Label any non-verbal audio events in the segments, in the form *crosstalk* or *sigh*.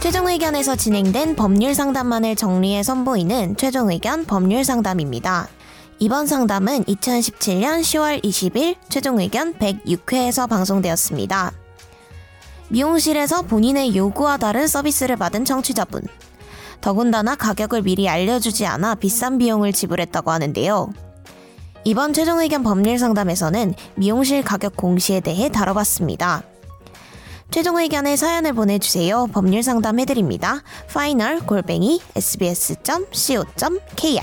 현장면에서 진행된 법률 상담만을 정리해 선보이는 최종 의견 법률 상담입니다. 이번 상담은 2017년 10월 20일 최종 의견 106회에서 방송되었습니다. 미용실에서 본인의 요구와 다른 서비스를 받은 청취자분. 더군다나 가격을 미리 알려주지 않아 비싼 비용을 지불했다고 하는데요. 이번 최종 의견 법률 상담에서는 미용실 가격 공시에 대해 다뤄봤습니다. 최종 의견의 사연을 보내주세요. 법률 상담 해드립니다. 파이널 골뱅이 sbs.co.kr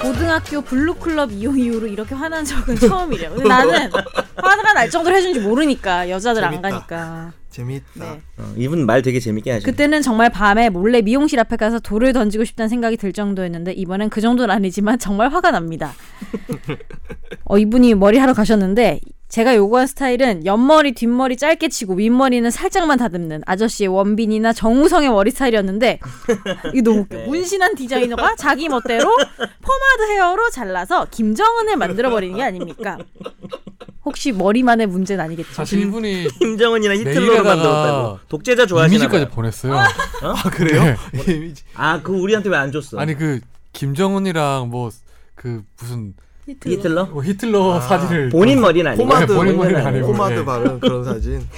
고등학교 블루클럽 이용 이후로 이렇게 화난 적은 처음이래요. 근데 나는 *laughs* 화가 날 정도로 해준지 모르니까 여자들 안 재밌다. 가니까. 재밌다. 네. 어, 이분 말 되게 재밌게 하시네. *laughs* 그때는 정말 밤에 몰래 미용실 앞에 가서 돌을 던지고 싶다는 생각이 들 정도였는데 이번엔 그 정도는 아니지만 정말 화가 납니다. 어, 이분이 머리 하러 가셨는데 제가 요구한 스타일은 옆머리 뒷머리 짧게 치고 윗머리는 살짝만 다듬는 아저씨의 원빈이나 정우성의 머리 스타일이었는데 이게 너무 웃겨. 문신한 디자이너가 자기 멋대로 포마드 헤어로 잘라서 김정은을 만들어 버리는 게 아닙니까? 혹시 머리만의 문제는 아니겠죠? 사실 이분이 김정은이나 히틀러로 메일에다가 만들었다고. 독재자 좋아하시나 이미지까지 봐요. 보냈어요. 네. 아 그래요? *laughs* 이미지. 아, 그거 우리한테 왜 안 줬어? 아니 그 김정은이랑 뭐 그 무슨 히틀러? 뭐 히틀러 아, 사진을 본인 머리는 아니고. 포마드 네, 본인 머리는 아니고. 아니고. 포마드 네. 바른 그런 사진.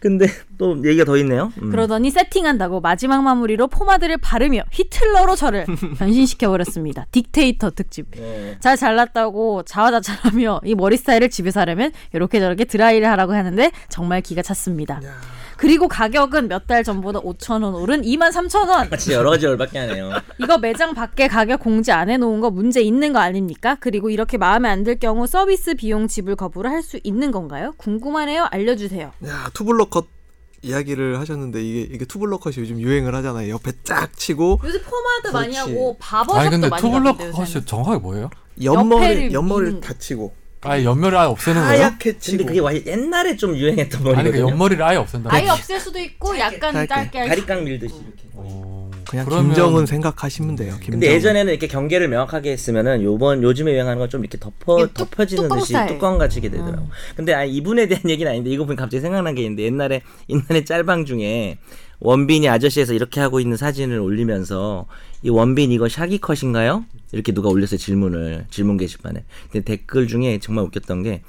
근데 또 얘기가 더 있네요. 음. 그러더니 세팅한다고 마지막 마무리로 포마드를 바르며 히틀러로 *laughs* 저를 변신시켜 버렸습니다. 딕테이터 특집. 네. 잘 잘랐다고 자화자찬하며 이 머리 스타일을 집에서 하려면 이렇게 저렇게 드라이를 하라고 하는데 정말 기가 찼습니다. 그리고 가격은 몇 달 전보다 5천 원 오른 2만 3천 원. 같이 여러 가지 열받게 *laughs* 하네요. 이거 매장 밖에 가격 공지 안 해놓은 거 문제 있는 거 아닙니까? 그리고 이렇게 마음에 안 들 경우 서비스 비용 지불 거부를 할 수 있는 건가요? 궁금하네요. 알려주세요. 야 투블럭 컷 이야기를 하셨는데 이게 이게 투블럭 컷이 요즘 유행을 하잖아요. 옆에 쫙 치고 요새 포마드 많이 그렇지. 하고 아니 근데 바버샵도 투블럭 컷이 정확하게 뭐예요? 옆머리 옆에를 옆머리를 미는 다 치고 아예 옆머리를 아예 없애는 거예요? 하얗게 치고. 근데 그게 와- 옛날에 좀 유행했던 아니 그 머리거든요. 옆머리를 아예 없앤다. 아예 없앨 수도 있고 약간 짧게. 짧게 아, 할 수. 네. 다리깡 밀듯이 이렇게. 오, 그냥 그러면- 김정은 생각하시면 돼요. 김정은. 음. 근데 예전에는 이렇게 경계를 명확하게 했으면은 요번 요즘에 유행하는 건 좀 이렇게 덮어 이게 뚜- 덮어지는 뚜껑 듯이 스타일. 뚜껑 음. 가지게 되더라고. 근데 아 이분에 대한 얘기는 아닌데 이거 보면 갑자기 생각난 게 있는데 옛날에 옛날에 짤방 중에 원빈이 아저씨에서 이렇게 하고 있는 사진을 올리면서 이 원빈 이거 샤기 컷인가요? 이렇게 누가 올렸어요 질문을 질문 게시판에. 근데 댓글 중에 정말 웃겼던 게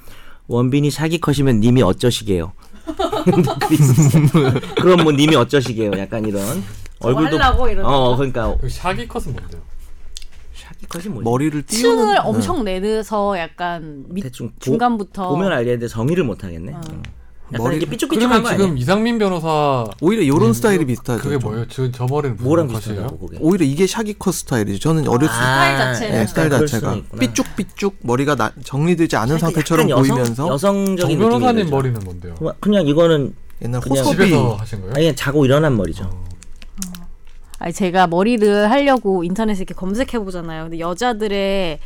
원빈이 샤기 컷이면 님이 어쩌시게요? *laughs* 댓글이 있었어요. 그럼 뭐 님이 어쩌시게요? 약간 이런 얼굴도 뭐 하려고 이러는 어 그러니까 그 샤기 컷은 뭔데요? 샤기 컷이 뭐지? 머리를 띄우는 층을 엄청 내려서 약간 밑 네. 대충 보- 중간부터 어. 보면 알겠는데 정의를 못 하겠네. 응. 약간 머리가- 이게 삐죽삐죽한 그러면 거 지금 아니야? 이상민 변호사 오히려 이런 스타일이 비슷하죠. 그게 좀. 뭐예요? 지금 저 머리는 무슨 뭐랑 컷이에요? 비슷하다고 그게? 오히려 이게 샤기컷 스타일이죠. 저는 어렸을 때 스타일 자체는. 네, 네, 스타일 아, 그럴 자체가 수는 있구나. 삐죽삐죽 머리가 나- 정리되지 않은 상태처럼 약간 여성- 보이면서 여성적인 정 느낌이 변호사님 들죠. 머리는 뭔데요? 그냥 이거는 옛날 그냥 호소비 집에서 하신 거예요? 아니 자고 일어난 머리죠. 아니 제가 머리를 하려고 인터넷에 이렇게 검색해 보잖아요. 근데 여자들의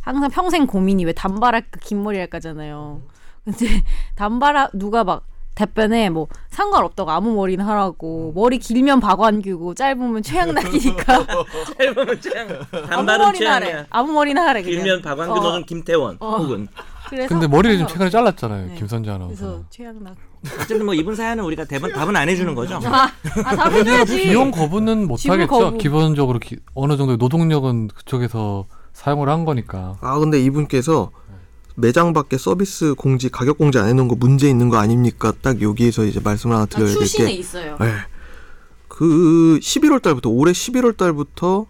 항상 평생 고민이 왜 단발할까 그 긴 머리 할까잖아요. 근데 *laughs* 단발하 누가 막 답변에 뭐 상관없다고 아무 머리나 음. 하라고 머리 길면 박완규고 짧으면 최양락이니까 짧으면 최양, 아무 음. *laughs* 단발은 머리나 하래. 최양이야. 아무 머리나 하래. 그냥. 길면 박완규 어, 너는 김태원 혹은 그래서 근데 머리를 좀 최근에 잘랐잖아요. 네. 김선재 아나운서. 그래서 최양락. 어쨌든 뭐 이분 사연은 우리가 대본, 답은 안 해주는 거죠. 아, 아 답해줘야지. 비용 거부는 못 지불 하겠죠. 거부. 기본적으로 기- 어느 정도 노동력은 그쪽에서 사용을 한 거니까. 아 근데 이분께서 매장 밖에 서비스 공지 가격 공지 안 해놓은 거 문제 있는 거 아닙니까? 딱 여기에서 이제 말씀을 하나 드려야 될 아, 출신에 게. 있어요. 네. 그 11월 달부터 올해 11월 달부터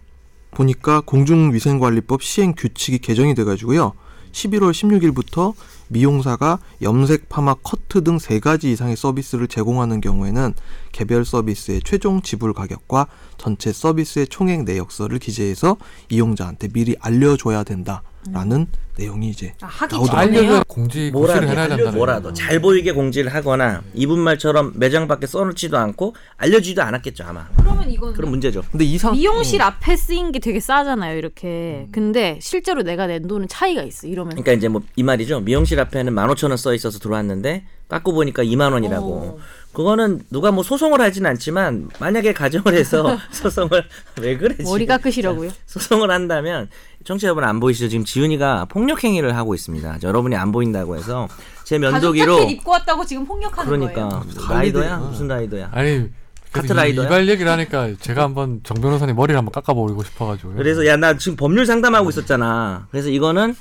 보니까 공중위생관리법 시행 규칙이 개정이 돼가지고요. 11월 16일부터 미용사가 염색, 파마, 커트 등 세 가지 이상의 서비스를 제공하는 경우에는 개별 서비스의 최종 지불 가격과 전체 서비스의 총액 내역서를 기재해서 이용자한테 미리 알려줘야 된다라는 내용이 이제 음. 아, 하기 알려면 전에요. 공지 뭐라도 고시를 해놔야 된다는 뭐라도 잘 보이게 공지를 하거나 이분 말처럼 매장 밖에 써놓지도 않고 알려주지도 않았겠죠 아마. 그러면 이건 그런 문제죠. 근데 어. 어, 이상 어. 미용실 앞에 쓰인 게 되게 싸잖아요, 이렇게. 근데 실제로 내가 낸 돈은 차이가 있어, 이러면. 그러니까 이제 뭐 이 말이죠. 미용실 앞에는 15,000원 써 있어서 들어왔는데 깎고 보니까 2만 원이라고. 어. 그거는 누가 뭐 소송을 하진 않지만 만약에 가정을 해서 *laughs* *laughs* 소송을 왜 그래 지금? 머리 깎으시려고요? 소송을 한다면 청취자 여러분 안 보이시죠? 지금 지훈이가 폭력 행위를 하고 있니다 여러분이 안 보인다고 해서 제 면도기로 입고 왔다고 지금 폭력하는 그러니까 라이더야 무슨 라이더야? 아니 그래서 이- 카트라이더야? 이발 얘기를 하니까 제가 한번 정 변호사님 머리를 한번 깎아버리고 싶어가지고. 그래서 야 나 지금 법률 상담하고 있었잖아. 그래서 이거는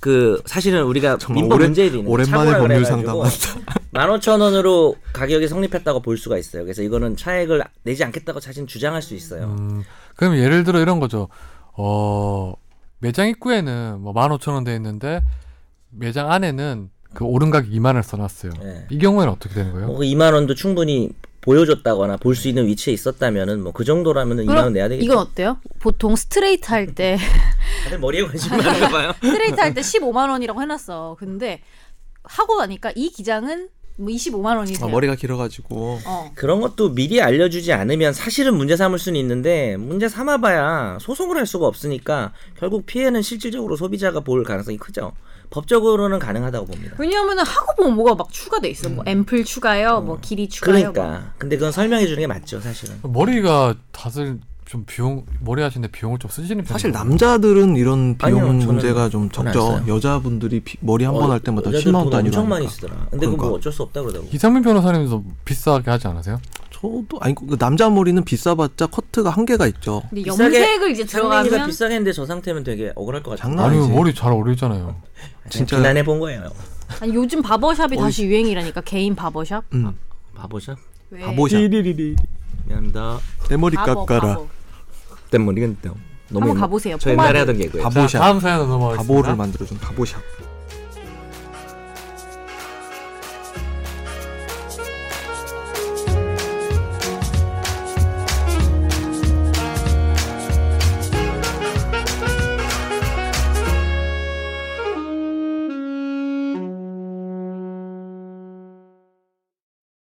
그 사실은 우리가 정말 민법 오랜- 문제에 있는 오랜만에 착오라 법률 그래가지고 상담한다. *laughs* 15,000원으로 가격이 성립했다고 볼 수가 있어요. 그래서 이거는 차액을 내지 않겠다고 자신 주장할 수 있어요. 음, 그럼 예를 들어 이런 거죠. 어, 매장 입구에는 뭐 15,000원 돼 있는데 매장 안에는 그 오른각 2만을 써놨어요. 예. 이 경우에는 어떻게 되는 거예요? 뭐 2만 원도 충분히 보여줬다거나 볼 수 있는 위치에 있었다면은 뭐 그 정도라면은 2만 원 내야 되겠죠. 이건 어때요? 보통 스트레이트 할 때 *laughs* 다들 머리에 관심 많은가 봐요. 스트레이트 할 때 15만 원이라고 해놨어. 근데 하고 나니까 이 기장은 뭐 25만 원이 아, 돼요. 머리가 길어가지고 어. 그런 것도 미리 알려주지 않으면 사실은 문제 삼을 수는 있는데 문제 삼아봐야 소송을 할 수가 없으니까 결국 피해는 실질적으로 소비자가 볼 가능성이 크죠. 법적으로는 가능하다고 봅니다. 왜냐하면 하고 보면 뭐가 막 추가돼 있어. 뭐 앰플 추가요, 뭐 길이 추가요. 뭐. 음. 어. 그러니까 근데 그건 설명해 주는 게 맞죠 사실은. 머리가 다들 좀 비용 머리 하시는데 비용을 좀 쓰시는 편이에요. 사실 남자는 이런 비용 아니요, 저는 문제가 좀 저는 안 적죠. 써요. 여자분들이 비- 머리 한 번 어, 할 때마다 여자들 10만 원 돈 단위로 엄청 많이 하니까. 쓰더라. 근데 그거 뭐 그러니까. 어쩔 수 없다 그러더라고. 이상민 변호사님도 비싸게 하지 않으세요? 저도 아니 그 남자 머리는 비싸봤자 커트가 한계가 있죠. 근데 비싸게- 염색을 이제 상민이가 들어가면 비싸겠는데 저 상태면 되게 억울할 것 같아요. 네, 장난 아니 아니지. 머리 잘 어울리잖아요. 진짜- 비난해 본 거예요. 아니 요즘 바버샵이 다시 유행이라니까 개인 바버샵. 음. 바보죠. 왜? 바보샤. 미안합니다. 내 머리 네. 바보, 깎아라. 바보. 땜머리가 너무 한번 옛날- 가보세요. 저 옛날에 포마드. 하던 개그예요. 자, 바보샵. 다음 사연으로 넘어가겠습니다. 바보를 만들어준 바보샵.